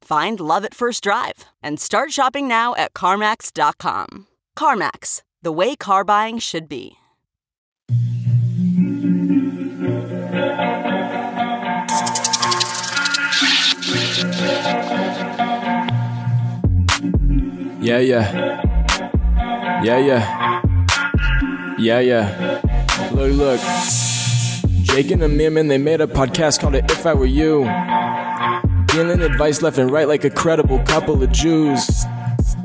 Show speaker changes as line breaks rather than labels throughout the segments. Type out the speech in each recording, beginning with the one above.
Find love at first drive and start shopping now at CarMax.com. CarMax, the way car buying should be.
Yeah, yeah. Yeah, yeah. Yeah, yeah. Look, look. Jake and Amir, man, they made a podcast called it If I Were You. Dealing advice left and right like a credible couple of Jews.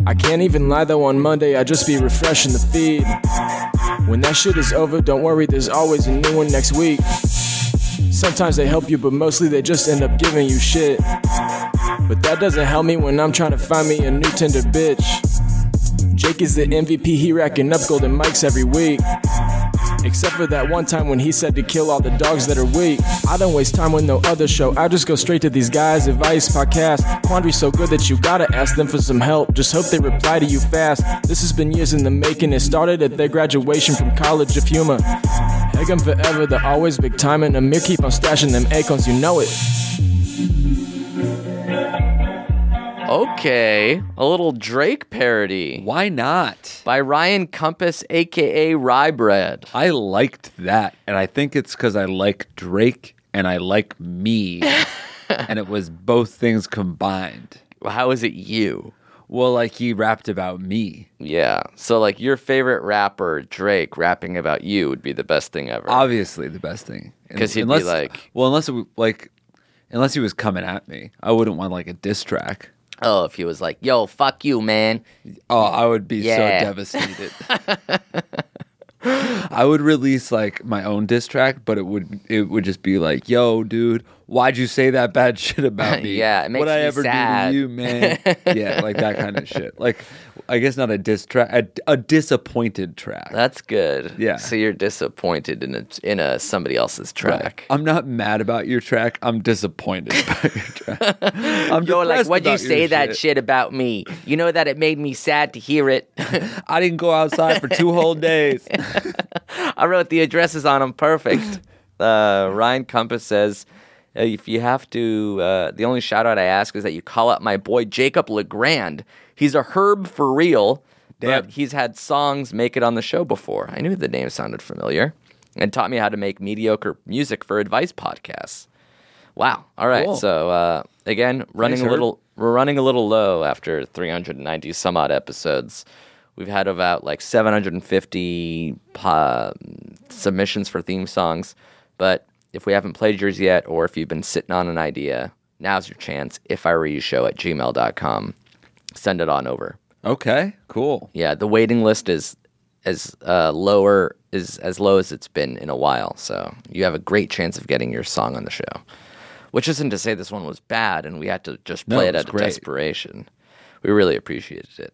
I can't even lie though, on Monday I just be refreshing the feed. When that shit is over, don't worry, there's always a new one next week. Sometimes they help you, but mostly they just end up giving you shit. But that doesn't help me when I'm trying to find me a new tender bitch. Jake is the MVP, he racking up golden mics every week. Except for that one time when he said to kill all the dogs that are weak. I don't waste time with no other show. I just go straight to these guys' advice podcast. Quandary so good that you gotta ask them for some help. Just hope they reply to you fast. This has been years in the making. It started at their graduation from College of Humor. Egg 'em forever, they're always big time, and Amir keep on stashing them acorns, you know it.
Okay, a little Drake parody
Why not?
by Ryan Compass, aka Rye Bread.
I liked that, and I think it's because I like Drake and I like me, and it was both things combined.
How is it you?
Well, like he rapped about me,
Yeah, so like your favorite rapper, Drake, rapping about you would be the best thing ever.
obviously the best thing.
'Cause he'd be
Unless-
like-
well, unless it, w- like, unless he was coming at me, I wouldn't want like a diss track.
oh, if he was like, yo, fuck you, man.
Oh, I would be
Yeah.
so devastated. I would release like my own diss track, but it would it would just be like, "Yo, dude, why'd you say that bad shit about me?
Yeah, it makes
what I
me
ever
sad."
do to you, man? yeah, like that kind of shit. Like, I guess not a diss track, a, a disappointed track.
That's good.
Yeah.
So you're disappointed in a in a somebody else's
Right.
track.
I'm not mad about your track. I'm disappointed about your track. I'm
You're like,
depressed
why'd you
about your
say that shit about me? You know that it made me sad to hear it.
I didn't go outside for two whole days.
I wrote the addresses on them perfect. Uh, Ryan Compass says, uh, if you have to, uh, the only shout out I ask is that you call out my boy Jacob Legrand. He's a herb for real,
Damn.
but he's had songs make it on the show before. I knew the name sounded familiar and taught me how to make mediocre music for advice podcasts. Wow. All right.
Cool.
So uh, again, running a
Herb.
little, we're running a little low after 390 some odd episodes. We've had about like 750 po- uh, submissions for theme songs, but if we haven't played yours yet, or if you've been sitting on an idea, now's your chance. If I were you, show at gmail.com. Send it on over.
Okay, cool.
Yeah, the waiting list is as uh, lower is as low as it's been in a while. So you have a great chance of getting your song on the show. Which isn't to say this one was bad, and we had to just
No,
play
it
it
was
out
great.
of desperation. We really appreciated it.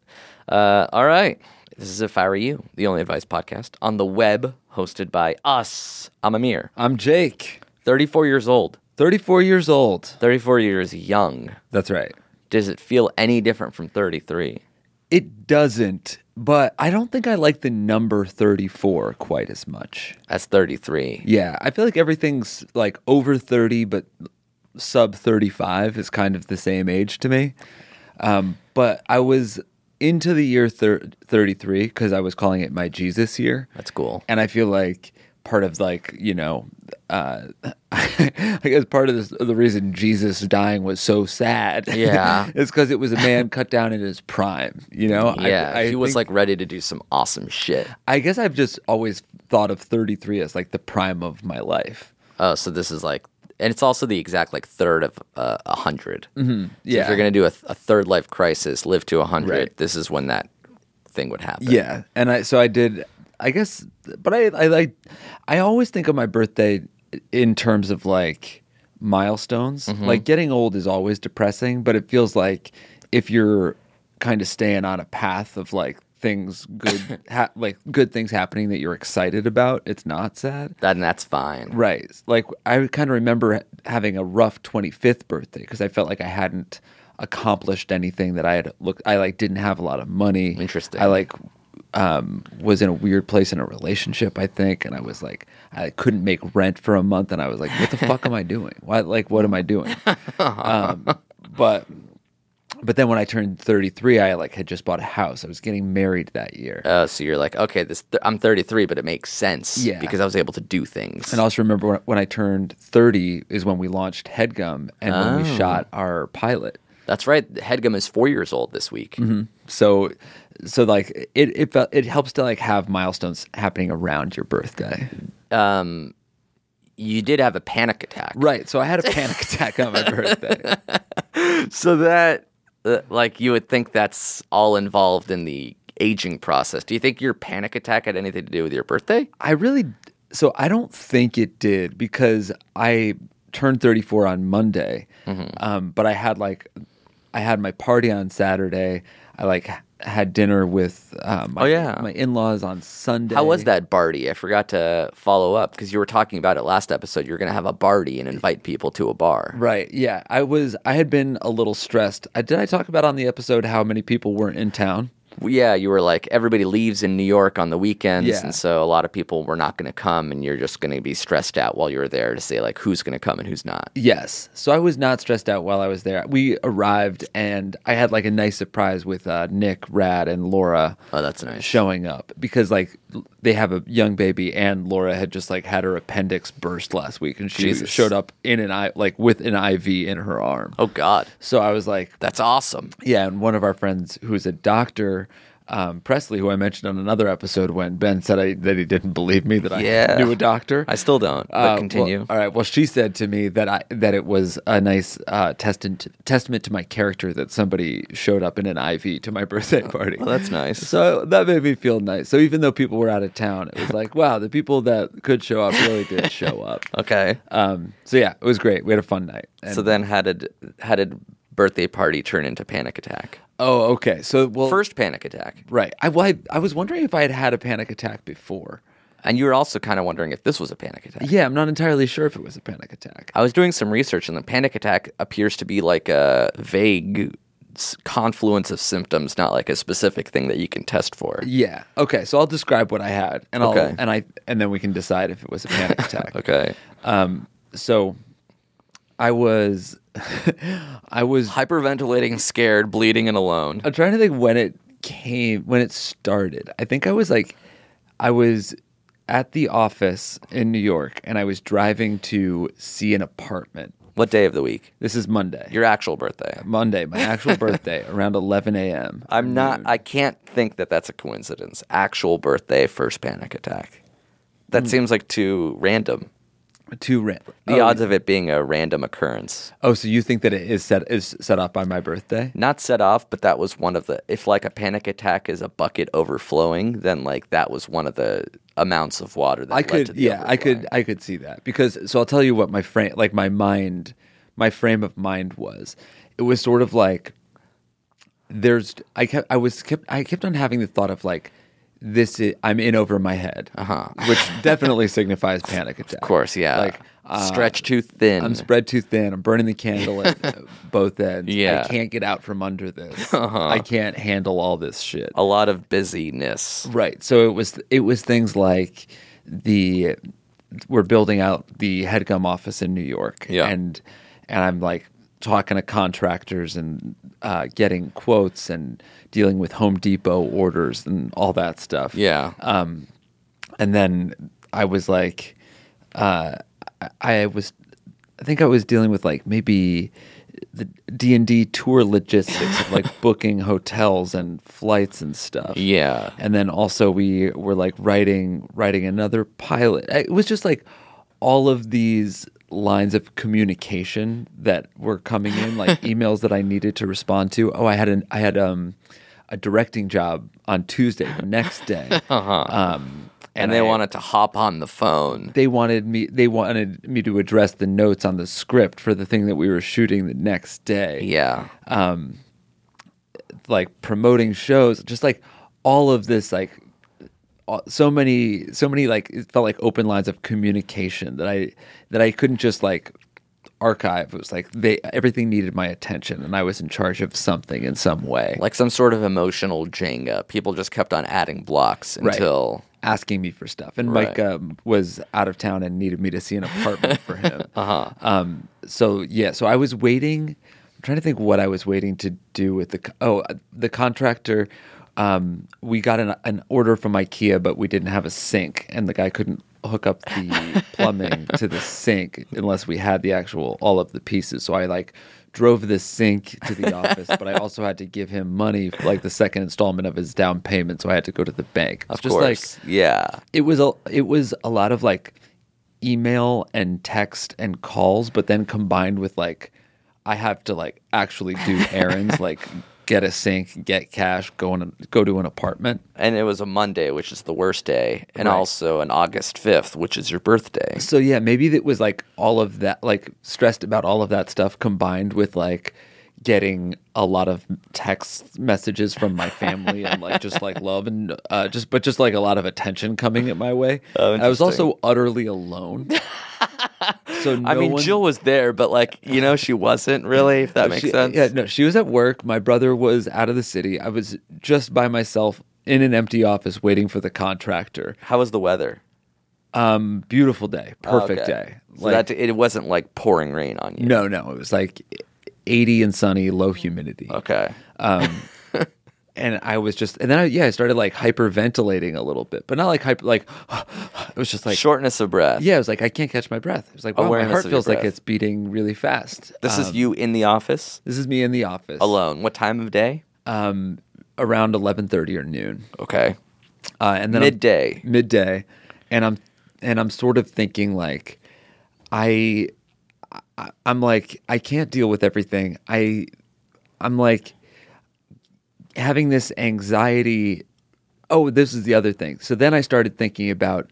Uh, all right, this is if I were you, the only advice podcast on the web, hosted by us. I'm Amir,
I'm Jake,
34 years old.
34 years old.
34 years young.
That's right.
Does it feel any different from 33?
It doesn't, but I don't think I like the number 34 quite as much.
That's 33.
Yeah, I feel like everything's like over 30, but sub 35 is kind of the same age to me. Um, but I was into the year thir- 33 because I was calling it my Jesus year.
That's cool.
And I feel like part of like you know uh, I guess part of this, the reason Jesus dying was so sad.
Yeah.
is because it was a man cut down in his prime. You know, I-
Yeah,
I
he was
think-
like ready to do some awesome shit.
I guess I've just always thought of 33 as like the prime of my life.
Oh, so this is like, and it's also the exact like third of uh, a 100 Mm-hmm.
Yeah.
if you're gonna do a, th- a third life crisis, live to a hundred,
Right.
this is when that thing would happen.
Yeah, and I so I did. I guess, but I I like I always think of my birthday in terms of like milestones. Like getting old is always depressing, but it feels like if you're kind of staying on a path of like things good ha- like good things happening that you're excited about, it's not sad.
then that's fine.
Right. Like I kind of remember having a rough 25th birthday because I felt like I hadn't accomplished anything that I had looked I like didn't have a lot of money.
Interesting.
I like um was in a weird place in a relationship, I think, and I was like I couldn't make rent for a month and I was like what the fuck am I doing? Why like what am I doing? Um but but then when I turned 33, I like had just bought a house. I was getting married that year.
Oh, so you're like, okay, this th- I'm 33, but it makes sense.
Yeah.
because I was able to do things.
And I also remember when, when I turned 30 is when we launched Headgum and when we shot our pilot.
that's right. Headgum is four years old this week.
Mm-hmm. So, so like it, it felt, it helps to like have milestones happening around your birthday.
You did have a panic attack,
Right. So I had a panic attack on my birthday.
So that, uh, like, you would think that's all involved in the aging process. Do you think your panic attack had anything to do with your birthday?
I really, so I don't think it did because I turned 34 on Monday. Um, but I had like, I had my party on Saturday. I like had dinner with um, my,
Oh, yeah.
my in-laws on Sunday.
How was that Barty? I forgot to follow up because you were talking about it last episode. You're going to have a Barty and invite people to a bar.
Right. Yeah. I was. I had been a little stressed. I, did I talk about on the episode how many people weren't in town?
Yeah, you were like everybody leaves in New York on the weekends,
Yeah.
and so a lot of people were not going to come, and you're just going to be stressed out while you're there to say like who's going to come and who's not.
Yes. So I was not stressed out while I was there. We arrived and I had like a nice surprise with uh, Nick, Rad, and Laura.
Oh, that's nice.
Showing up because like they have a young baby and Laura had just like had her appendix burst last week and she
Jesus.
showed up in an I like with an IV in her arm.
Oh God,
So I was like,
that's awesome.
Yeah, and one of our friends who's a doctor, um, Presley, who I mentioned on another episode when Ben said I, that he didn't believe me that I
Yeah.
knew a doctor.
I still don't. But
Uh, well,
continue.
all right. Well, she said to me that I that it was a nice uh, testament testament to my character that somebody showed up in an IV to my birthday party.
Oh, well, that's nice.
So that made me feel nice. So even though people were out of town, it was like, wow, the people that could show up really did show up.
Okay.
Um, so yeah, it was great. We had a fun night. And-
so then, how did how did birthday party turn into panic attack?
oh, okay. So well,
First panic attack,
Right. I, well, I, I was wondering if I had had a panic attack before.
and you were also kind of wondering if this was a panic attack.
Yeah, I'm not entirely sure if it was a panic attack.
I was doing some research, and the panic attack appears to be like a vague s- confluence of symptoms, not like a specific thing that you can test for.
Yeah. Okay. So I'll describe what I had, and I'll
Okay.
and I and then we can decide if it was a panic attack.
Okay.
So I was, I was.
Hyperventilating, scared, bleeding, and alone.
I'm trying to think when it came, when it started. I think I was like, I was at the office in New York, and I was driving to see an apartment.
What day of the week?
This is Monday.
Your actual birthday.
Monday, my actual birthday, around 11 a.m.
I'm not,
mm.
I can't think that that's a coincidence. Actual birthday, first panic attack.
Mm.
That seems like too random.
Two random.
The odds of it being a random occurrence.
Oh, so you think that it is set is set up by my birthday?
Not set off, but that was one of the, if like a panic attack is a bucket overflowing, then like that was one of the amounts of water that
I
led to
could,
the
yeah, I
overflowing.
could, I could see that because. So I'll tell you what my frame, like my mind, my frame of mind was. It was sort of like there's. I kept. I was kept. I kept on having the thought of like this. Is, I'm in over my head, uh-huh. which definitely signifies panic attack.
Of course, yeah. Mm.
Like uh,
stretch too thin.
I'm spread too thin. I'm burning the candle at uh, both ends.
Yeah. Uh-huh.
I can't get out from under this. I can't handle all this shit.
a lot of busyness.
Right. So it was it was things like the we're building out the headgum office in New York.
Yeah.
And and I'm like talking to contractors and uh, getting quotes and dealing
Uh,
with Home Depot orders and all that stuff.
Yeah.
And then I was like, uh, I I was, I think I was dealing with like maybe the D and D tour logistics of like booking hotels and flights and stuff.
Yeah.
Uh, and then also we were like writing writing another pilot. It was just like all of these lines of communication that were coming in, like emails that I needed to respond to. Oh, I had an I had um a directing job on Tuesday the next day. Um,
and, they
I-
wanted to hop on the phone.
they wanted me they wanted me to address the notes on the script for the thing that we were shooting the next day
Yeah.
like promoting shows just like all of this like all- so many so many like it felt like open lines of communication that i that i couldn't just like archive it was like they everything needed my attention and i was in charge of something in some way
like some sort of emotional Jenga. People just kept on adding blocks
Right.
until
asking me for stuff. And
Right.
Mike um, was out of town and needed me to see an apartment for him. uh-huh. um, so yeah, so I was waiting. I'm trying to think what I was waiting to do with the co- oh uh, the contractor. Um, we got an, an order from IKEA, but we didn't have a sink, and the guy couldn't hook up the plumbing to the sink unless we had the actual all of the pieces. So I like drove the sink to the office, but I also had to give him money for like the second installment of his down payment. So I had to go to the bank. It's
of course. yeah.
it was a it was a lot of like email and text and calls, but then combined with like I have to like actually do errands, like get a sink, get cash, go in a, go to an apartment.
And it was a Monday, which is the worst day, and
Right.
also an August 5th, which is your birthday.
So yeah, maybe it was like all of that, like stressed about all of that stuff combined with like getting a lot of text messages from my family and like just like love and uh, just but just like a lot of attention coming at my way.
Oh,
I was also utterly alone. So no
I mean,
one,
Jill was there, but like, you know, she wasn't really, if that makes
she-
sense.
Yeah, no, she was at work. My brother was out of the city. I was just by myself in an empty office waiting for the contractor.
How was the weather?
Beautiful day, perfect
Okay.
day.
So that, it wasn't like pouring rain on you.
No, no, it was like 80 and sunny, low humidity.
Okay.
And I was just, and then I, yeah, I started like hyperventilating a little bit, but not like hyper, like it was just like,
Shortness of breath.
yeah, it was like I can't catch my breath. It was like, wow, my
Awareness
heart
of your
feels like
breath.
it's beating really fast.
This
Um,
is you in the office
this is me in the office
alone. What time of day?
around 11:30 or noon,
Okay.
uh, and then I'm-
Midday.
midday and i'm and i'm sort of thinking like i, I i'm like i can't deal with everything i i'm like having this anxiety oh this is the other thing so then i started thinking about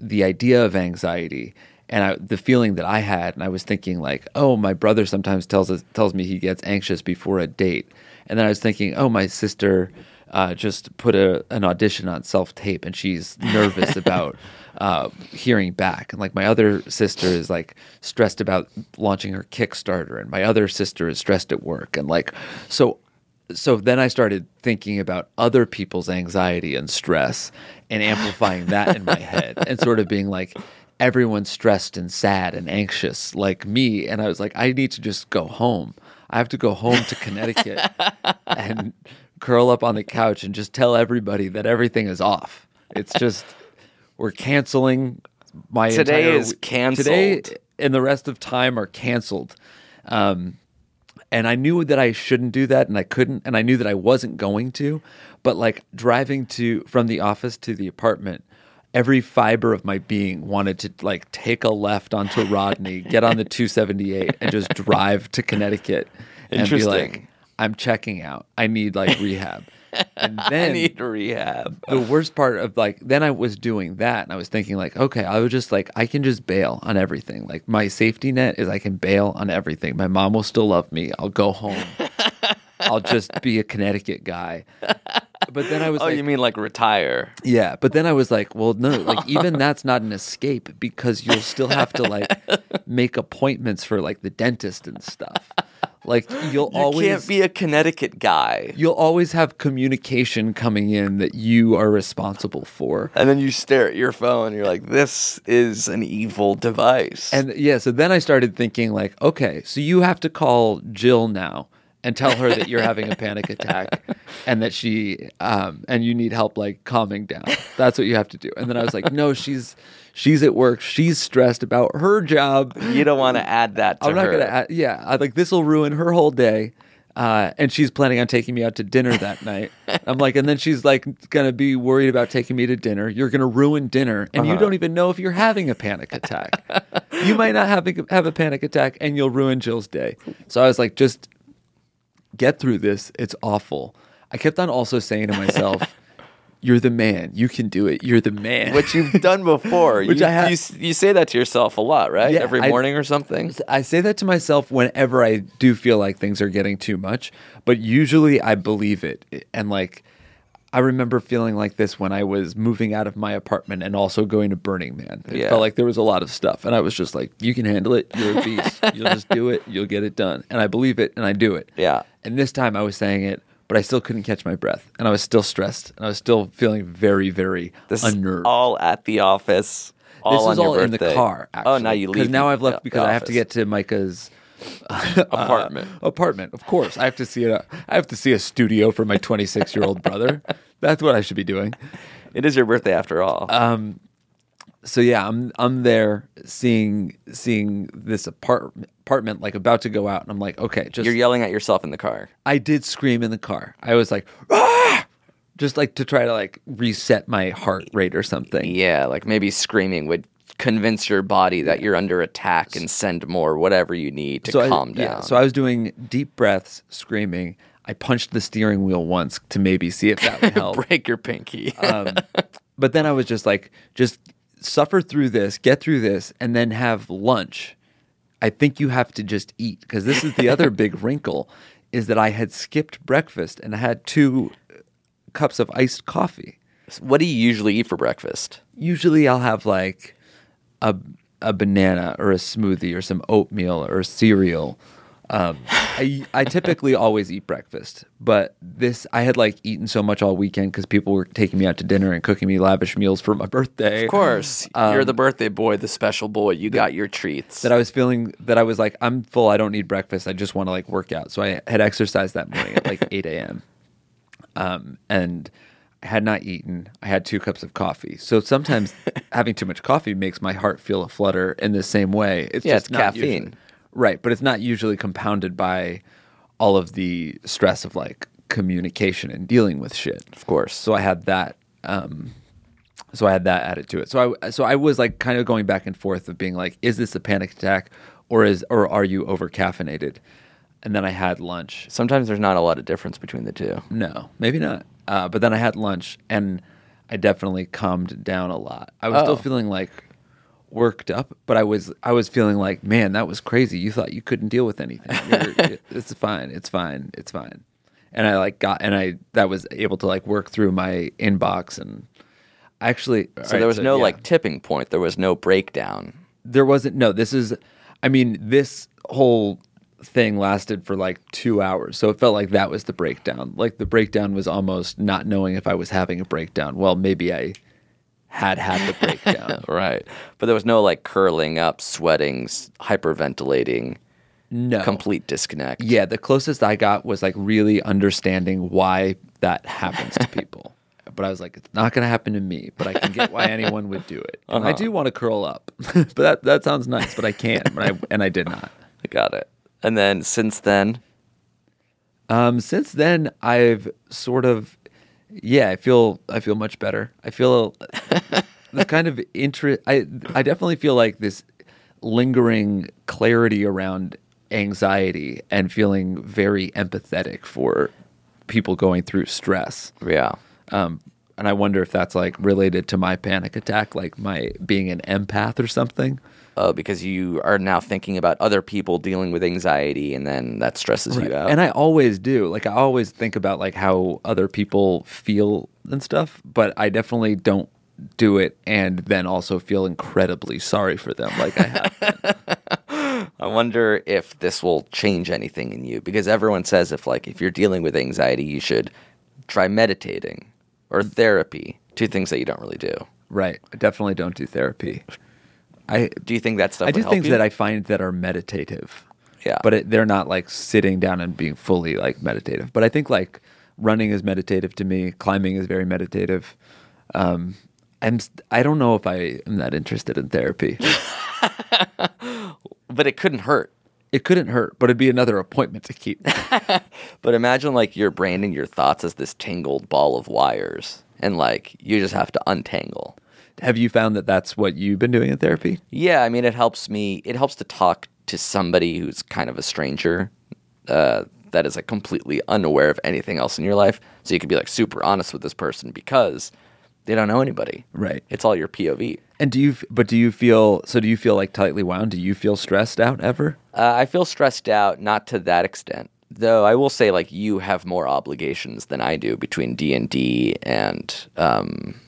the idea of anxiety and I, the feeling that i had and i was thinking like oh my brother sometimes tells us tells me he gets anxious before a date and then i was thinking oh my sister uh, just put a, an audition on self tape and she's nervous about uh, hearing back and like my other sister is like stressed about launching her kickstarter and my other sister is stressed at work and like so so then I started thinking about other people's anxiety and stress and amplifying that in my head and sort of being like, everyone's stressed and sad and anxious like me. And I was like, I need to just go home. I have to go home to Connecticut and curl up on the couch and just tell everybody that everything is off. It's just, we're canceling my
Today
entire
is
we- Today
canceled.
and the rest of time are canceled. Um, and I knew that I shouldn't do that and I couldn't and I knew that I wasn't going to but like driving to from the office to the apartment every fiber of my being wanted to like take a left onto Rodney get on the 278 and just drive to Connecticut and be like
Interesting.
I'm checking out I need like rehab and then
I need rehab.
the worst part of like then I was doing that and I was thinking like okay I was just like I can just bail on everything like my safety net is I can bail on everything my mom will still love me I'll go home I'll just be a Connecticut guy but then I was
Oh,
like
you mean like retire?
yeah but then I was like well no like even that's not an escape because you'll still have to like make appointments for like the dentist and stuff like you'll
You
always
can't be a Connecticut guy.
You'll always have communication coming in that you are responsible for.
And then you stare at your phone and you're like, this is an evil device.
And yeah, so then I started thinking like, okay, so you have to call Jill now and tell her that you're having a panic attack and that she um, and you need help like calming down. That's what you have to do. And then I was like, no, she's she's at work. She's stressed about her job.
You don't want to add that to
I'm not
her.
gonna. Add, yeah, I, like this will ruin her whole day. Uh, and she's planning on taking me out to dinner that night. I'm like, and then she's like, gonna be worried about taking me to dinner. You're gonna ruin dinner, and
Uh-huh.
you don't even know if you're having a panic attack. you might not have a, have a panic attack, and you'll ruin Jill's day. So I was like, just get through this. It's awful. I kept on also saying to myself, "You're the man. You can do it. You're the man."
Which you've done before.
Which
you,
I have-
you, s- you say that to yourself a lot, right?
Yeah,
Every
I-
morning or something.
I say that to myself whenever I do feel like things are getting too much, but usually I believe it. eh, And like, I remember feeling like this when I was moving out of my apartment and also going to Burning Man. It
Yeah.
felt like there was a lot of stuff. And I was just like, you can handle it. You're a beast. You'll just do it. You'll get it done. And I believe it and I do it.
Yeah.
And this time I was saying it, but I still couldn't catch my breath. And I was still stressed. And I was still feeling very, very
This is
unnerved
all at the office. All
this
on
is
your
all in the
birthday.
car. Actually,
oh, now you leave.
Because now
the-
I've left
the
because I have to
office.
get to Micah's
apartment.
apartment. Of course, I have to see a I have to see a studio for my 26 year old brother. That's what I should be doing.
it is your birthday after all.
So yeah, I'm I'm there seeing seeing this apart, apartment like about to go out, and I'm like, okay, just
You're yelling at yourself in the car.
I did scream in the car. I was like, "Ah!" just like to try to like reset my heart rate or something.
Yeah, like maybe screaming would convince your body that you're under attack and send more whatever you need to calm
I, yeah,
down.
so I was doing deep breaths, screaming. I punched the steering wheel once to maybe see if that would help.
break your pinky.
but then I was just like, just suffer through this, get through this, and then have lunch. I think you have to just eat because this is the other big wrinkle is that I had skipped breakfast and I had two cups of iced coffee.
what do you usually eat for breakfast?
usually I'll have like a a banana or a smoothie or some oatmeal or cereal. Um, I I typically always eat breakfast, but this I had like eaten so much all weekend because people were taking me out to dinner and cooking me lavish meals for my birthday.
Of course, you're the birthday boy, Um, the special boy. You got your treats.
That I was feeling that I was like I'm full. I don't need breakfast. I just want to like work out. So I had exercised that morning at like 8 a.m. Um, and I had not eaten. I had two cups of coffee. So sometimes having too much coffee makes my heart feel a flutter in the same way. It's
Yeah,
just
it's
not
caffeine.
usually- right? But it's not usually compounded by all of the stress of like communication and dealing with shit.
of course.
So I had that. Um, so I had that added to it. So I so I was like kind of going back and forth of being like, is this a panic attack, or is or are you over caffeinated? And then I had lunch.
Sometimes there's not a lot of difference between the two.
No, maybe not. Uh, but then I had lunch, and I definitely calmed down a lot. I was
Oh.
still feeling like worked up, but I was I was feeling like, man, that was crazy. You thought you couldn't deal with anything. You're- it's fine. It's fine. It's fine. And I like got and I that was able to like work through my inbox and actually.
So there was no like tipping point. There was no breakdown.
there wasn't no this is i mean this whole thing lasted for like two hours so it felt like that was the breakdown like the breakdown was almost not knowing if i was having a breakdown well maybe i had had the breakdown
Right. But there was no like curling up, sweating, s- hyperventilating,
no
complete disconnect.
yeah the closest i got was like really understanding why that happens to people but i was like it's not going to happen to me but i can get why anyone would do it and i do want to curl up but that, that sounds nice but i can't but I, and i did not
I Got it. And then since then,
Um, since then, I've sort of, yeah, I feel I feel much better. I feel this kind of interest. I I definitely feel like this lingering clarity around anxiety and feeling very empathetic for people going through stress.
yeah.
Um, and I wonder if that's like related to my panic attack, like my being an empath or something.
Oh, because you are now thinking about other people dealing with anxiety and then that stresses you out.
And I always do. Like I always think about like how other people feel and stuff, but I definitely don't do it and then also feel incredibly sorry for them. Like I have.
I wonder if this will change anything in you because everyone says if like if you're dealing with anxiety, you should try meditating or therapy, two things that you don't really do.
right. I definitely don't do therapy. I
Do you think that stuff
I
would
do
help
things
you?
that I find that are meditative.
Yeah.
But it, they're not like sitting down and being fully like meditative. But I think like running is meditative to me. Climbing is very meditative. Um, I'm s- I don't know if I am that interested in therapy.
But it couldn't hurt.
it couldn't hurt, but it'd be another appointment to keep.
But imagine like your brain and your thoughts as this tangled ball of wires, and like you just have to untangle.
Have you found that that's what you've been doing in therapy?
Yeah, I mean, it helps me. It helps to talk to somebody who's kind of a stranger uh, that is like completely unaware of anything else in your life. So you can be like super honest with this person because they don't know anybody.
Right.
It's all your POV.
And do you? But do you feel? So do you feel like tightly wound? Do you feel stressed out ever?
Uh, I feel stressed out, not to that extent. Though I will say, like, you have more obligations than I do between D and D and um,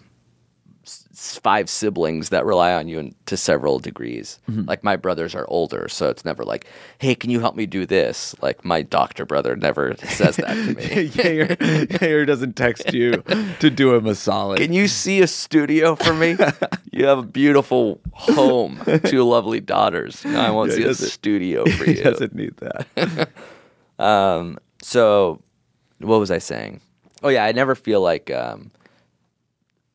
s- s- five siblings that rely on you in, to several degrees. Like, my brothers are older, so it's never like, "Hey, can you help me do this?" Like, my doctor brother never says that to me.
Yair, Yair doesn't text you to do him a solid.
Can you see a studio for me? you have a beautiful home, two lovely daughters. No, I won't
Yeah,
see
he
a
doesn't-
studio for you.
he doesn't need that.
Um, So, what was I saying? Oh yeah, I never feel like um,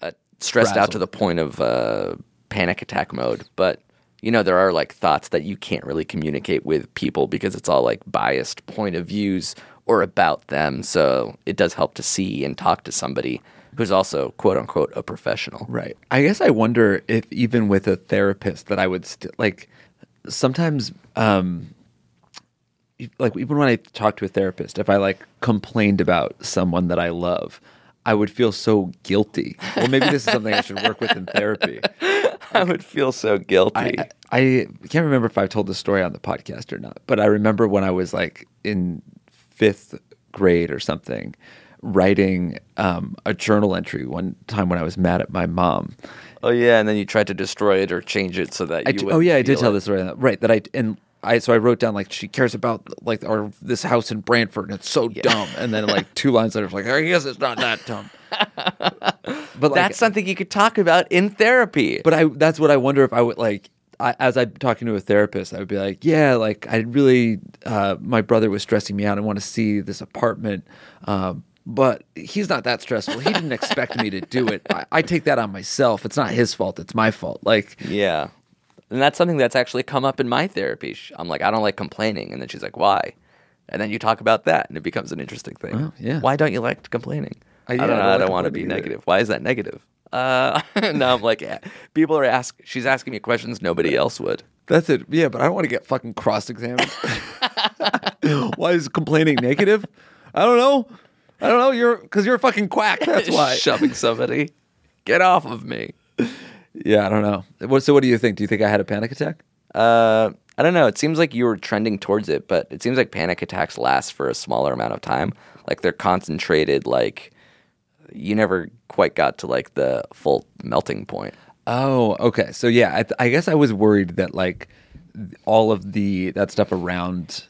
uh, stressed out
Frazzled.
to the point of uh, panic attack mode. But you know, there are like thoughts that you can't really communicate with people because it's all like biased point of views or about them. So it does help to see and talk to somebody who's also quote unquote a professional.
Right. I guess I wonder if even with a therapist that I would st- like sometimes um e- like even when I talk to a therapist if I like complained about someone that I love I would feel so guilty. Well, maybe this is something I should work with in therapy.
I would feel so guilty.
I, I can't remember if I've told this story on the podcast or not, but I remember when I was like in fifth grade or something, writing um, a journal entry one time when I was mad at my mom.
oh yeah, and then you tried to destroy it or change it so that
I
you.
d- oh
wouldn't
yeah, I did
feel
tell
it.
this story right that I and I so I wrote down like she cares about like our this house in Brantford and it's so dumb, and then like two lines later, it's like I guess it's not that dumb. but like,
That's something you could talk about in therapy.
but I that's what I wonder if I would like I, as I'm talking to a therapist, I would be like, yeah, like I really uh, my brother was stressing me out. I want to see this apartment, um, but he's not that stressful. He didn't expect me to do it. I, I take that on myself. It's not his fault. It's my fault. Like
Yeah. And that's something that's actually come up in my therapy. Sh- I'm like, I don't like complaining. And then she's like, why? And then you talk about that and it becomes an interesting thing.
yeah.
Why don't you like complaining?
Uh, yeah,
I don't know. I don't,
like
want to be
complaining either.
negative. Why is that negative? Uh, now I'm like, eh, people are ask. She's asking me questions nobody else would.
That's it. Yeah, but I don't want to get fucking cross examined. why is complaining negative? I don't know. I don't know. You're because you're a fucking quack. That's why.
Shoving somebody. Get off of me.
yeah, I don't know. What, so, what do you think? Do you think I had a panic attack?
Uh, I don't know. It seems like you were trending towards it, but it seems like panic attacks last for a smaller amount of time. Like they're concentrated. Like you never quite got to like the full melting point.
Oh, okay. So yeah, I, th- I guess I was worried that like th- all of the that stuff around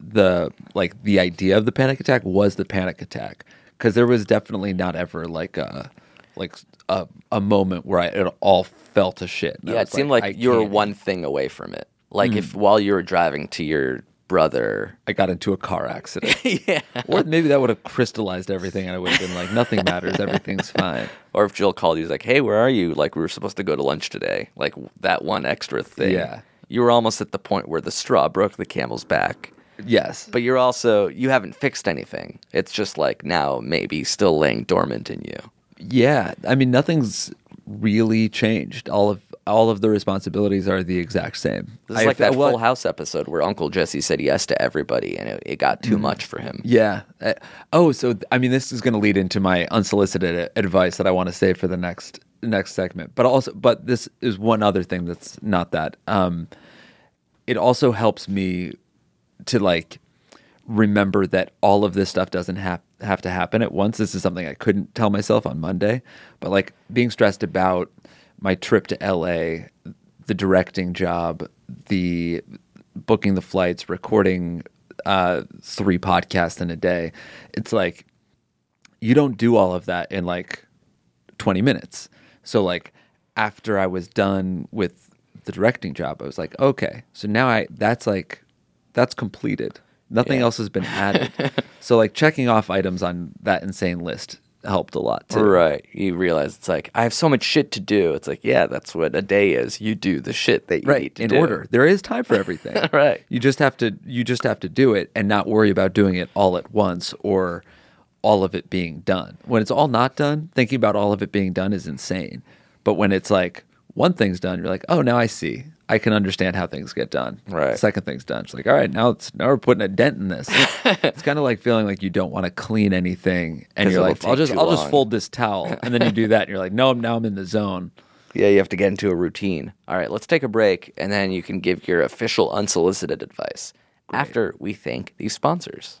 the like the idea of the panic attack was the panic attack because there was definitely not ever like a like a, a moment where I it all fell to shit. And I
yeah, it
was
seemed like,
I
you were
can't- Mm.
one thing away from it. Like if while you were driving to your brother,
I got into a car accident. yeah. Or maybe that would have crystallized everything and I would have been like, nothing matters, everything's fine.
or if Jill called you, was like, "Hey, where are you?" Like we were supposed to go to lunch today. Like that one extra thing.
Yeah.
You were almost at the point where the straw broke the camel's back.
Yes.
but you're also you haven't fixed anything. It's just like now maybe still laying dormant in you.
Yeah, I mean nothing's really changed. All of all of the responsibilities are the exact same.
This is
I
like
fe-
that
well,
Full House episode where Uncle Jesse said yes to everybody and it, it got
Mm.
too much for him.
Yeah. Uh, Oh, so th- I mean this is going to lead into my unsolicited a- advice that I want to save for the next next segment. But also but this is one other thing that's not that. Um it also helps me to like remember that all of this stuff doesn't have have to happen at once. This is something I couldn't tell myself on Monday, but like being stressed about my trip to LA, the directing job, the booking the flights, recording uh, three podcasts in a day. It's like you don't do all of that in like 20 minutes. So like after I was done with the directing job, I was like, okay, so now I that's like that's completed. Nothing else has been added. so like checking off items on that insane list helped a lot too.
Right. You realize it's like, I have so much shit to do. It's like, yeah, that's what a day is. You do the shit that you need
Right,
to
in
do.
order. There is time for everything.
Right.
You just have to you just have to do it and not worry about doing it all at once or all of it being done. When it's all not done, thinking about all of it being done is insane. But when it's like one thing's done, you're like, "Oh, now I see. I can understand how things get done."
Right.
Second thing's done. It's like, "All right, now it's now we're putting a dent in this." it's kind of like feeling like you don't want to clean anything and
'Cause
you're
it'll
like, "I'll
take
just
too
I'll just
long."
fold this towel." And then you do that and you're like, "No, I'm now I'm in the zone."
Yeah, you have to get into a routine. All right, let's take a break, and then you can give your official unsolicited advice after we thank these sponsors.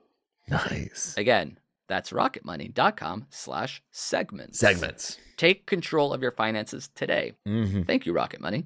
nice.
Again, that's rocketmoney.com/segments.
Segments. Mm-hmm.
Take control of your finances today. Thank you, Rocket Money.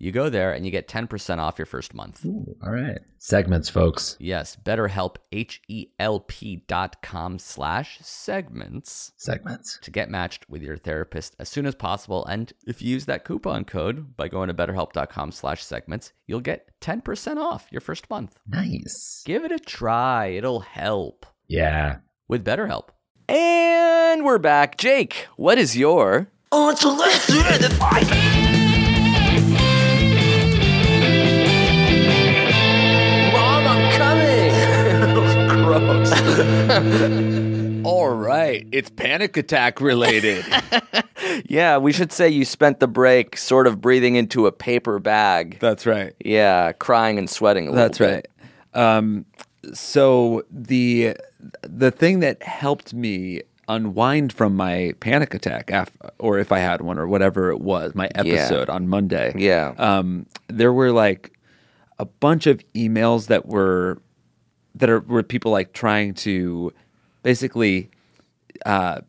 You go there and you get 10% off your first month.
Ooh, all right. Segments, folks.
Yes, betterhelp, H-E-L-P dot com slash segments
Segments.
to get matched with your therapist as soon as possible. And if you use that coupon code by going to betterhelp.com slash segments, you'll get 10% off your first month.
Nice.
Give it a try. It'll help
Yeah.
with BetterHelp.
And we're back. Jake, what is your
All right, it's panic attack related.
Yeah, we should say you spent the break sort of breathing into a paper bag.
That's right.
Yeah, crying and sweating a little
That's right. Um, so the the thing that helped me unwind from my panic attack, af- or if I had one, or whatever it was, my episode on Monday.
Yeah.
Um, there were like a bunch of emails that were that are were people like trying to basically the uh,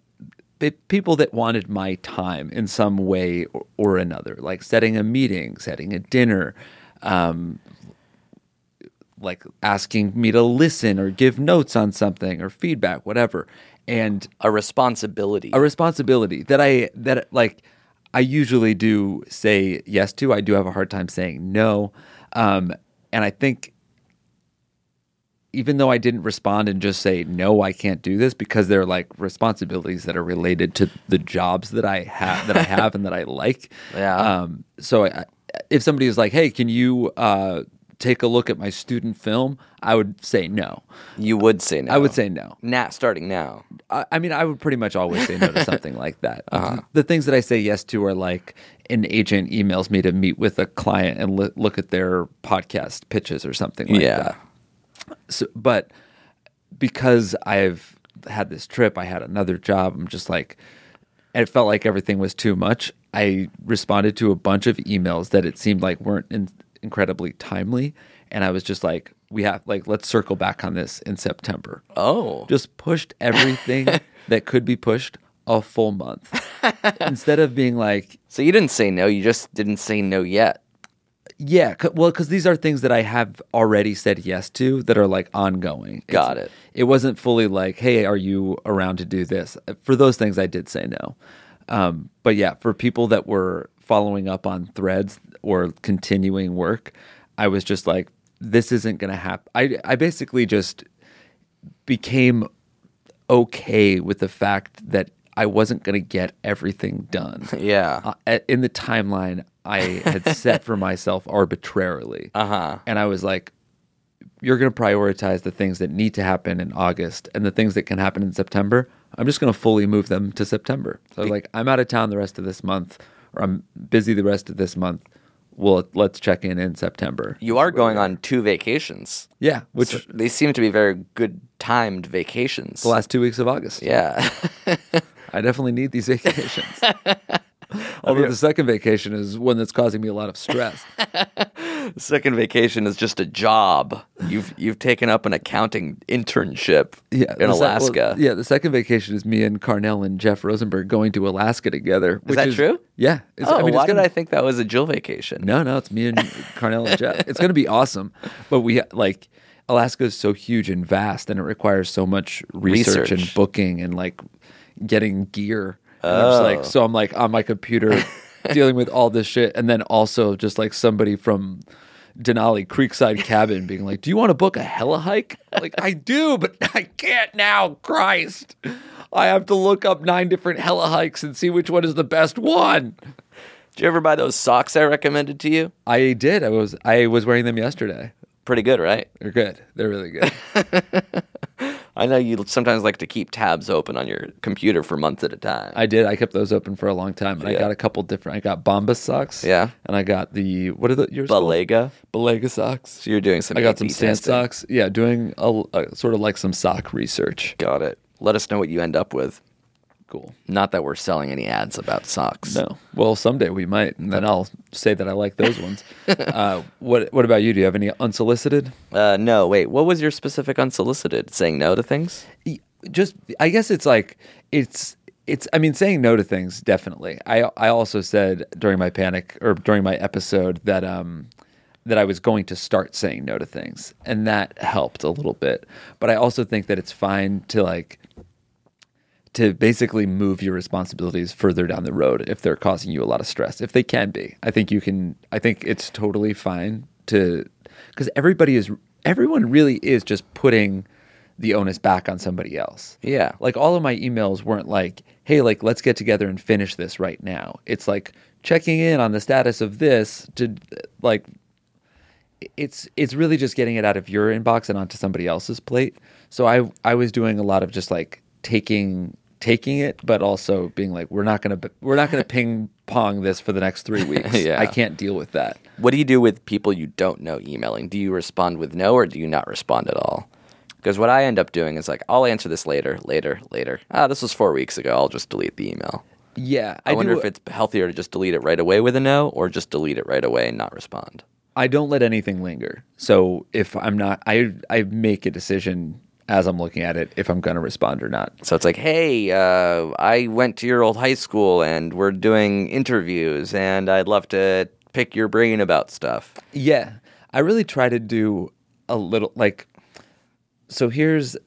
people that wanted my time in some way or, or another, like setting a meeting, setting a dinner, um, like asking me to listen or give notes on something or feedback, whatever. And
a responsibility.
a responsibility that I that like I usually do say yes to. I do have a hard time saying no, um, and I think even though I didn't respond and just say no, I can't do this because they're like responsibilities that are related to the jobs that I have that I have and that I like.
Yeah.
Um, so I, if somebody is like, "Hey, can you uh, take a look at my student film?" I would say no.
you would say no.
I would say no.
now, starting now.
I, I mean, I would pretty much always say no to something like that.
Uh-huh.
The things that I say yes to are like an agent emails me to meet with a client and li- look at their podcast pitches or something like
Yeah.
that. So, but because I've had this trip, I had another job. I'm just like, and it felt like everything was too much. I responded to a bunch of emails that it seemed like weren't in- incredibly timely, and I was just like, we have like let's circle back on this in September
Oh.
just pushed everything that could be pushed a full month instead of being like
So you didn't say no. You just didn't say no yet.
yeah c- well because these are things that i have already said yes to that are like ongoing It's-
Got it.
it wasn't fully like hey are you around to do this for those things i did say no um, but yeah for people that were following up on threads or continuing work i was just like this isn't going to happen I, I basically just became okay with the fact that I wasn't going to get everything done.
Yeah.
Uh, a- in the timeline I had set for myself arbitrarily. Uh-huh. And I was like you're going to prioritize the things that need to happen in August and the things that can happen in September. I'm just going to fully move them to September. So I was like I'm out of town the rest of this month or I'm busy the rest of this month. Well, let's check in in September.
You are going on two vacations.
Yeah, which
So they seem to be very good timed vacations.
the last 2 weeks of August.
yeah.
I definitely need these vacations. Although the second vacation is one that's causing me a lot of stress.
Second vacation is just a job. You've you've taken up an accounting internship
Yeah,
in
the sec- well,
Alaska.
yeah, the second vacation is me and Carnell and Jeff Rosenberg going to Alaska together. Is
that true?
Yeah. It's,
Oh,
it's
why did
gonna-
I think that was a Jill vacation?
No, no, it's me and Carnell and Jeff. It's going to be awesome. But we like Alaska is so huge and vast, and it requires so much research, and
Research.
booking and like getting gear. And I'm just like, so I'm like on my computer dealing with all this shit, and then also just like somebody from. Denali Creekside Cabin being like, Do you want to book a hella hike? Like, I do, but I can't now. Christ. I have to look up nine different hella hikes and see which one is the best one.
Did you ever buy those socks I recommended to you?
I did. I was I was wearing them yesterday.
Pretty good, right?
They're good. They're really good.
I know you sometimes like to keep tabs open on your computer for months at a time.
I did. I kept those open for a long time, and I
Yeah.
got a couple different. I got Bombas socks.
Yeah.
and I got the what are the yours? called?
Balega.
Balega socks.
So you're doing some.
I got some
AP
sand
testing.
socks. Yeah, doing a, a sort of like some sock research.
Got it. Let us know what you end up with.
Cool.
Not that we're selling any ads about socks.
No. Well, someday we might, and then I'll say that I like those ones. uh, what What about you? Do you have any unsolicited?
Uh, no, wait. What was your specific unsolicited? Saying no to things?
just I guess it's like it's it's I mean saying no to things definitely. I I also said during my panic or during my episode that um that I was going to start saying no to things and that helped a little bit. But I also think that it's fine to like to basically move your responsibilities further down the road if they're causing you a lot of stress if they can be i think you can i think it's totally fine to because everybody is everyone really is just putting the onus back on somebody else
Yeah.
like all of my emails weren't like hey like let's get together and finish this right now it's like checking in on the status of this to like it's it's really just getting it out of your inbox and onto somebody else's plate. So I I was doing a lot of just like taking taking it, but also being like, we're not gonna we're not gonna ping pong this for the next three weeks.
Yeah.
I can't deal with that.
What do you do with people you don't know emailing? Do you respond with no or do you not respond at all? Because what I end up doing is like, I'll answer this later, later, later. Ah, this was four weeks ago. I'll just delete the email.
Yeah,
I, wonder
do-
if it's healthier to just delete it right away with a no or just delete it right away and not respond.
I don't let anything linger. So if I'm not, I I make a decision. as I'm looking at it if I'm going to respond or not.
So it's like, hey, uh, I went to your old high school and we're doing interviews and I'd love to pick your brain about stuff.
Yeah. I really try to do a little like so here's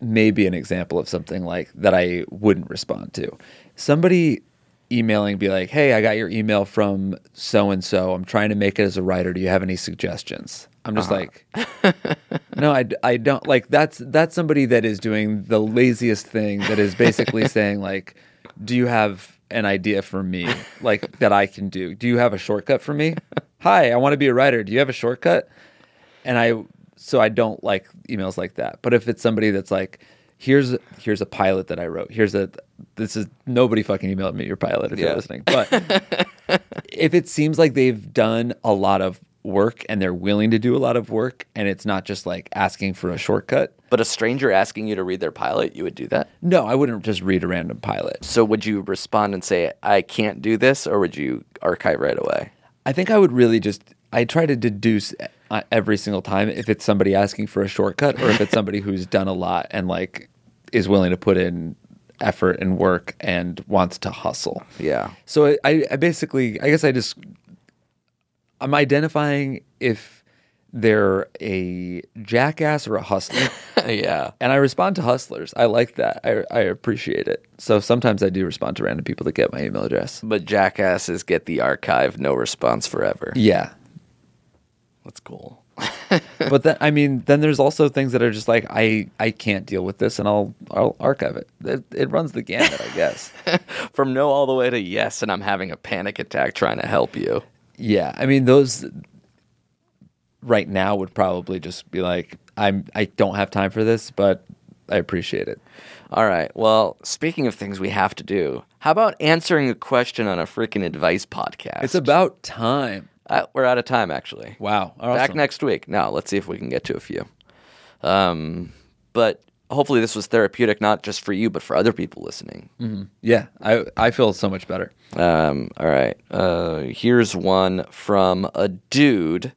maybe an example of something like that I wouldn't respond to. Somebody emailing be like, "Hey, I got your email from so and so. I'm trying to make it as a writer. Do you have any suggestions?" I'm just like, "No, I, d- I don't like that's that's somebody that is doing the laziest thing that is basically saying like, "Do you have an idea for me like that I can do? Do you have a shortcut for me? Hi, I want to be a writer. Do you have a shortcut?" and I so I don't like emails like that. But if it's somebody that's like, here's here's a pilot that I wrote. Here's a this is nobody fucking emailed me your pilot if
Yeah.
you're listening. But if it seems like they've done a lot of work and they're willing to do a lot of work and it's not just like asking for a shortcut.
But a stranger asking you to read their pilot, you would do that.
No, I wouldn't just read a random pilot.
So would you respond and say, I can't do this, or would you archive right away?
I think I would really just I try to deduce uh, every single time if it's somebody asking for a shortcut or if it's somebody who's done a lot and like is willing to put in effort and work and wants to hustle.
Yeah.
So I- I, I basically, I guess I just, I'm identifying if they're a jackass or a hustler.
yeah.
and I respond to hustlers. I like that. I, I appreciate it. So sometimes I do respond to random people that get my email address.
But jackasses get the archive, no response forever.
Yeah.
That's cool.
but then I mean, then there's also things that are just like I I can't deal with this, and I'll I'll archive it. It, it runs the gamut, I guess.
From no all the way to yes, and I'm having a panic attack trying to help you.
yeah, I mean those right now would probably just be like I'm I don't have time for this, but I appreciate it.
All right. Well, speaking of things we have to do, how about answering a question on a freaking advice podcast?
It's about time.
Uh, we're out of time, actually.
Wow,
Back
awesome.
next week. Now, let's see if we can get to a few. Um, but hopefully, this was therapeutic, not just for you, but for other people listening.
Yeah, I I feel so much better.
Um, all right. Uh, here's one from a dude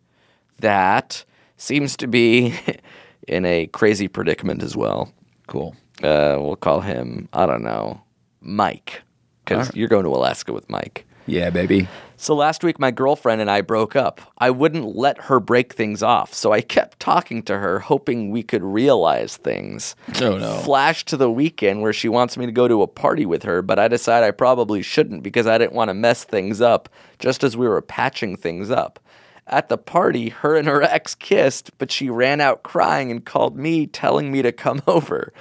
that seems to be in a crazy predicament as well.
Cool.
Uh, we'll call him, I don't know, Mike, because you're going to Alaska with Mike.
Yeah, baby.
So last week, my girlfriend and I broke up. I wouldn't let her break things off, so I kept talking to her, hoping we could realize things.
Oh, no.
Flash to the weekend where she wants me to go to a party with her, but I decide I probably shouldn't because I didn't want to mess things up just as we were patching things up. At the party, her and her ex kissed, but she ran out crying and called me, telling me to come over.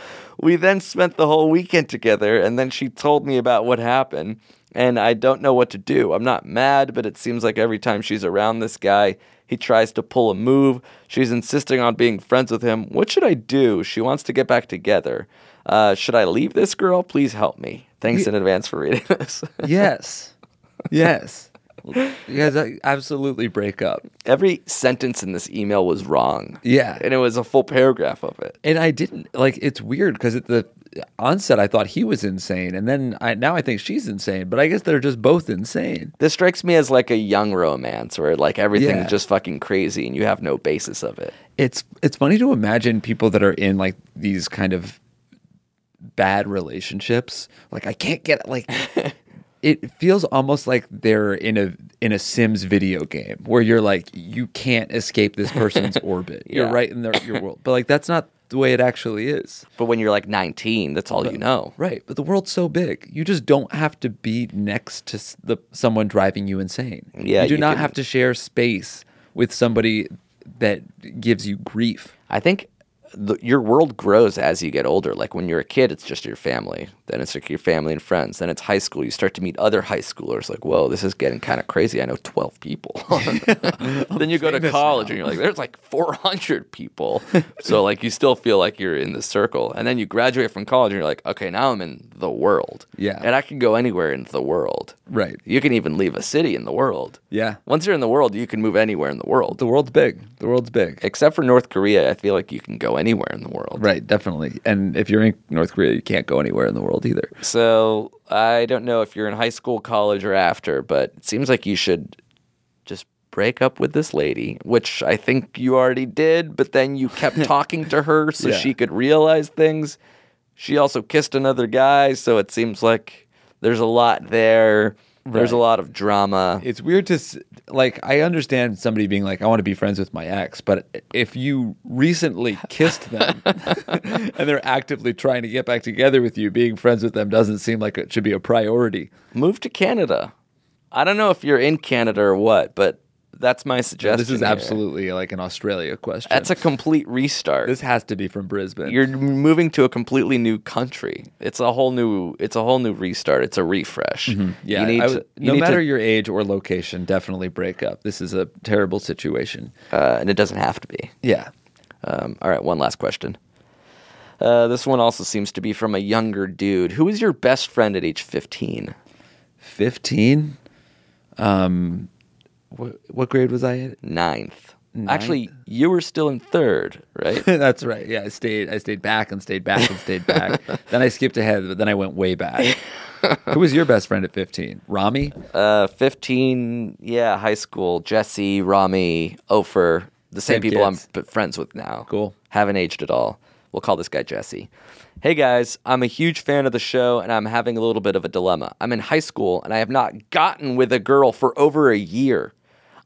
We then spent the whole weekend together, and then she told me about what happened, and I don't know what to do. I'm not mad, but it seems like every time she's around this guy, he tries to pull a move. She's insisting on being friends with him. What should I do? She wants to get back together. Uh, should I leave this girl? Please help me. Thanks in advance for reading this.
Yes. yes. You guys uh, absolutely break up.
Every sentence in this email was wrong.
Yeah.
And it was a full paragraph of it.
and I didn't like. It's weird because at the onset I thought he was insane, and then I now I think she's insane. But I guess they're just both insane.
This strikes me as like a young romance where like everything's
Yeah.
just fucking crazy and you have no basis of it.
It's it's funny to imagine people that are in like these kind of bad relationships. Like I can't get like. It feels almost like they're in a in a Sims video game where you're like you can't escape this person's orbit. You're
Yeah.
right in their, your world, but like that's not the way it actually is.
But when you're like 19, that's all you know.
Right, but the world's so big. You just don't have to be next to s- the someone driving you insane.
Yeah,
you do
you
not
can-
have to share space with somebody that gives you grief.
I think the, your world grows as you get older. Like when you're a kid, it's just your family. Then it's like your family and friends. Then it's high school. You start to meet other high schoolers. Like, whoa, this is getting kind of crazy. I know 12 people. then you go to college and you're like, there's like 400 people. so like you still feel like you're in the circle. And then you graduate from college and you're like, okay, now I'm in the world.
Yeah.
And I can go anywhere in the world.
Right.
You can even leave a city in the world.
Yeah.
Once you're in the world, you can move anywhere in the world
The world's big. The world's big.
except for North Korea, I feel like you can go anywhere in the world.
Right, definitely. And if you're in North Korea, you can't go anywhere in the world either.
So I don't know if you're in high school, college, or after, but it seems like you should just break up with this lady, which I think you already did, but then you kept talking to her so
Yeah.
she could realize things. She also kissed another guy, so it seems like there's a lot there. There's a
Right.
lot of drama.
It's weird to s- like. I understand somebody being like, "I want to be friends with my ex," but if you recently kissed them and they're actively trying to get back together with you, being friends with them doesn't seem like it should be a priority.
Move to Canada. I don't know if you're in Canada or what, but that's my suggestion.
This is
here.
absolutely like an Australia question.
That's a complete restart.
this has to be from Brisbane.
you're moving to a completely new country. It's a whole new. It's a whole new restart. It's a refresh.
Mm-hmm. yeah,
You need
I
to-
would-
you
no
need to-
matter your age or location, definitely break up. This is a terrible situation.
uh, and it doesn't have to be.
Yeah.
Um, all right, one last question. Uh, this one also seems to be from a younger dude. Who is your best friend at age 15?
15? Um, wh- what grade was I in?
Ninth. Actually, you were still in third, right?
That's right. Yeah, I stayed. I stayed back and stayed back and stayed back. then I skipped ahead, but then I went way back. Who was your best friend at fifteen? Rami.
uh, 15, yeah, high school. Jesse, Rami, Ofer, the same,
Same
people
kids.
I'm p- friends with now.
Cool.
Haven't aged at all. We'll call this guy Jesse. Hey guys, I'm a huge fan of the show and I'm having a little bit of a dilemma. I'm in high school and I have not gotten with a girl for over a year.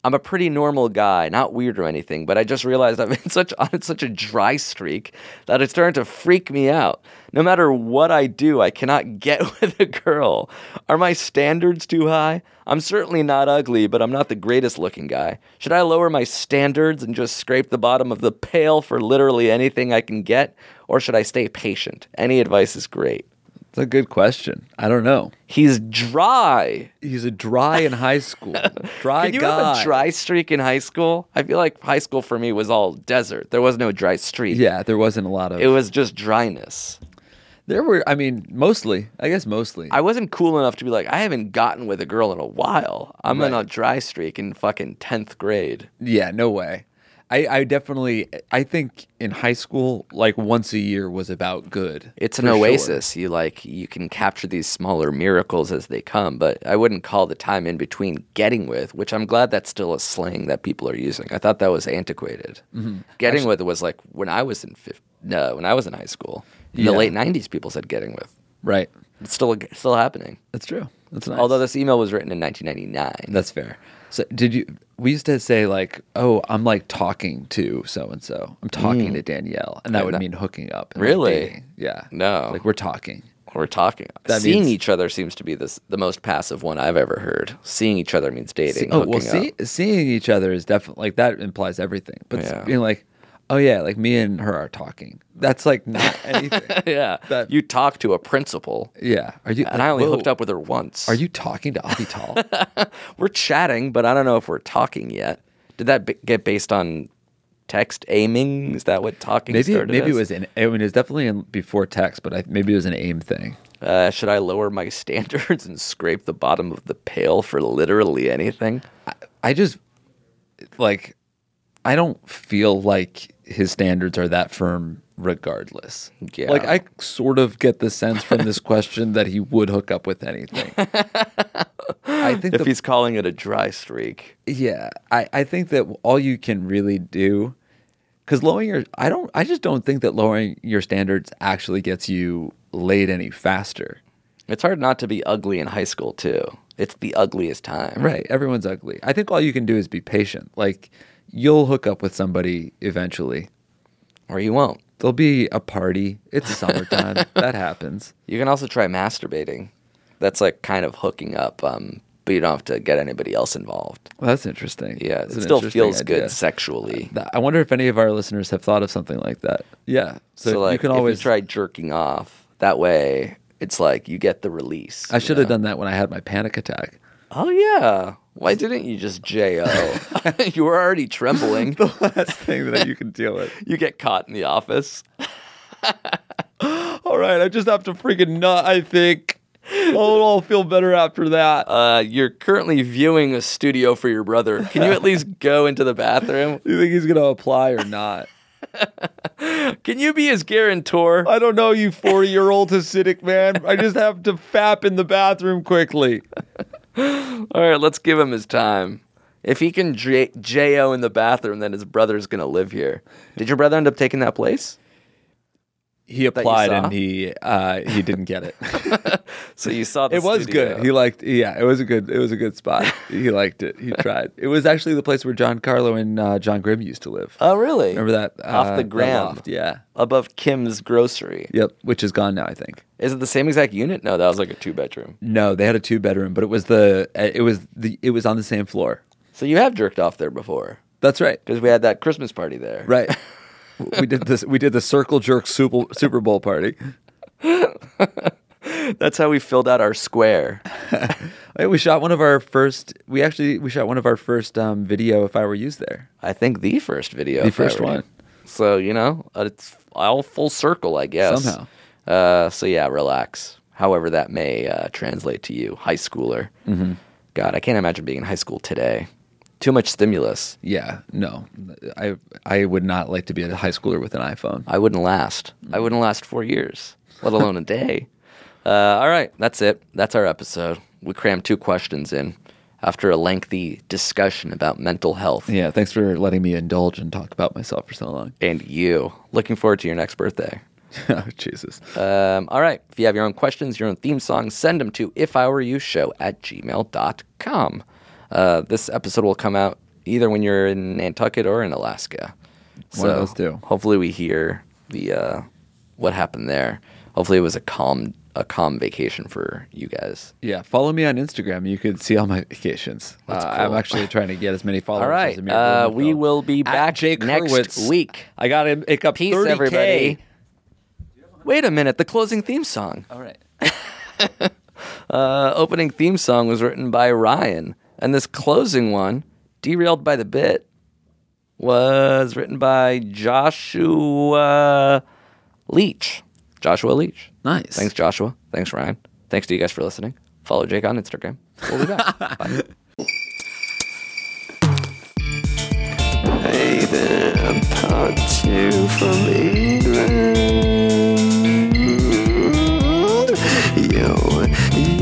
I'm a pretty normal guy, not weird or anything, but I just realized I'm in such on such a dry streak that it's starting to freak me out. No matter what I do, I cannot get with a girl. Are my standards too high? I'm certainly not ugly, but I'm not the greatest looking guy. Should I lower my standards and just scrape the bottom of the pail for literally anything I can get, or should I stay patient? Any advice is great.
It's a good question. I don't know.
He's dry.
He's a dry in high school. Dry
Can you
guy.
have a dry streak in high school? I feel like high school for me was all desert. There was no dry streak.
Yeah, there wasn't a lot of.
It was just dryness.
there were. I mean, mostly. I guess mostly.
I wasn't cool enough to be like, I haven't gotten with a girl in a while. I'm in a dry streak in fucking 10th grade.
yeah. No way. I, I definitely. I think in high school, like once a year was about good.
It's an
for sure.
oasis. You like you can capture these smaller miracles as they come, but I wouldn't call the time in between getting with, which I'm glad that's still a slang that people are using. I thought that was antiquated.
Mm-hmm.
Getting with was like when I was in fifth, no, when I was in high school. In the
Yeah.
late 90s people said getting with.
Right.
It's still it's still happening.
That's true. That's nice.
Although this email was written in 1999.
That's fair. So did you? We used to say like, "Oh, I'm like talking to so and so. I'm talking to Danielle," and that would mean hooking up. and, like,
Mm. Really?
dating. yeah.
No.
Like we're talking.
we're talking.
That
seeing
means-
each other seems to be this, the most passive one I've ever heard. Seeing each other means dating.
oh well,
hooking
see,
up.
seeing each other is definitely like that implies everything. But it's
Yeah.
being like, "Oh yeah, like me and her are talking." That's like not anything.
yeah, Uh,
that-
you talk to a principal,
yeah. Are you?
and I only
whoa,
hooked up with her once.
Are you talking to Avital?
We're chatting, but I don't know if we're talking yet. Did that b- get based on text aiming? Is that what talking?
maybe
started
maybe it
as?
was in. I mean, it was definitely in before text, but I, maybe it was an aim thing.
Uh, should I lower my standards and scrape the bottom of the pail for literally anything?
I just like I don't feel like his standards are that firm regardless.
Yeah.
Like I sort of get the sense from this question that he would hook up with anything. I think
If
the,
he's calling it a dry streak,
yeah, I, I think that all you can really do cuz lowering your I don't I just don't think that lowering your standards actually gets you laid any faster.
it's hard not to be ugly in high school too. It's the ugliest time.
Right. Everyone's ugly. I think all you can do is be patient. Like you'll hook up with somebody eventually.
or you won't.
There'll be a party. It's summertime. that happens.
You can also try masturbating. That's like kind of hooking up, um, but you don't have to get anybody else involved.
Well, that's interesting.
Yeah,
That's
it
an
still
interesting
feels
idea. Uh,
good sexually.
That- I wonder if any of our listeners have thought of something like that. Yeah. So,
So, like,
you can always
if you try jerking off. That way, it's like you get the release.
I should have done that when I had my panic attack.
Oh yeah. Why didn't you just jo? you were already trembling.
Last thing that you can deal with.
you get caught in the office.
All right, I just have to freaking nut. I think. Oh, I'll feel better after that.
Uh, you're currently viewing a studio for your brother. Can you at least go into the bathroom?
Do you think he's gonna apply or not?
Can you be his guarantor?
I don't know, you forty-year-old Hasidic man. I just have to fap in the bathroom quickly.
All right, let's give him his time. If he can J- J.O. in the bathroom, then his brother's going to live here. Did your brother end up taking that place?
He applied
saw?
and he uh, he didn't get it.
So you saw the
it was
studio.
good. He liked yeah, it was a good it was a good spot. he liked it. He tried. It was actually the place where John Carlo and uh, John Grimm used to live.
oh, really?
Remember that
Off
uh,
the
that
gram.
loft? Yeah.
Above Kim's grocery.
Yep, which is gone now, I think.
Is it the same exact unit? No, that was like a two bedroom.
No, they had a two bedroom, but it was the eh, it was the it was on the same floor.
So you have jerked off there before
That's right.
because we had that Christmas party there.
Right. we did this we did the circle jerk super, super bowl party.
That's how we filled out our square.
Hey, We shot one of our first we actually we shot one of our first um, video if I were used there.
I think the first video.
The
if I
first
were-
one.
So, you know, uh, it's all full circle, I guess.
Somehow.
Uh, so, yeah, relax. However, that may uh, translate to you, high schooler.
Mm-hmm.
God, I can't imagine being in high school today. Too much stimulus.
Yeah, no. I I would not like to be a high schooler with an iPhone.
I wouldn't last.
Mm-hmm.
I wouldn't last four years, let alone a day. Uh, all right, that's it. That's our episode. We crammed two questions in after a lengthy discussion about mental health
Yeah, thanks for letting me indulge and talk about myself for so long.
and you. Looking forward to your next birthday.
oh, Jesus.
Um, all right. If you have your own questions, your own theme songs, send them to if I were you show at gmail.com. Uh, this episode will come out either when you're in Nantucket or in Alaska.
One of those two.
Hopefully, we hear the uh, what happened there. Hopefully, it was a calm a calm vacation for you guys.
Yeah, follow me on Instagram. You could see all my vacations. Uh, I'm actually trying to get as many followers
All right.
as Amir
Uh,
Blumenfeld.
we will be
At
back
Jake
next
Hurwitz.
week.
I got to make up
Peace,
30K.
everybody. Wait a minute. The closing theme song.
All right.
uh, opening theme song was written by Ryan, and this closing one, derailed by the bit, was written by Joshua Leach. Joshua Leach.
Nice.
Thanks, Joshua. Thanks, Ryan. Thanks to you guys for listening. Follow Jake on Instagram. We'll be back. Bye. Hey there, part two from England. Yo,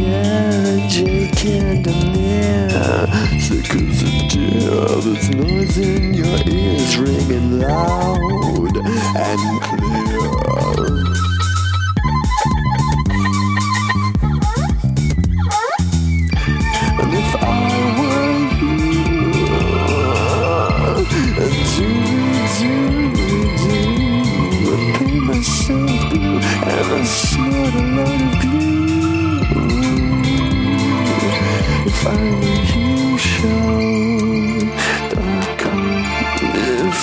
yeah, Jake and Amir. Sick as a deer, this noise in your ears ringing loud and clear. And if I were you, do, do, do, I'd pay myself blue and I snort a lot of glue. If I were you, show, dot com. If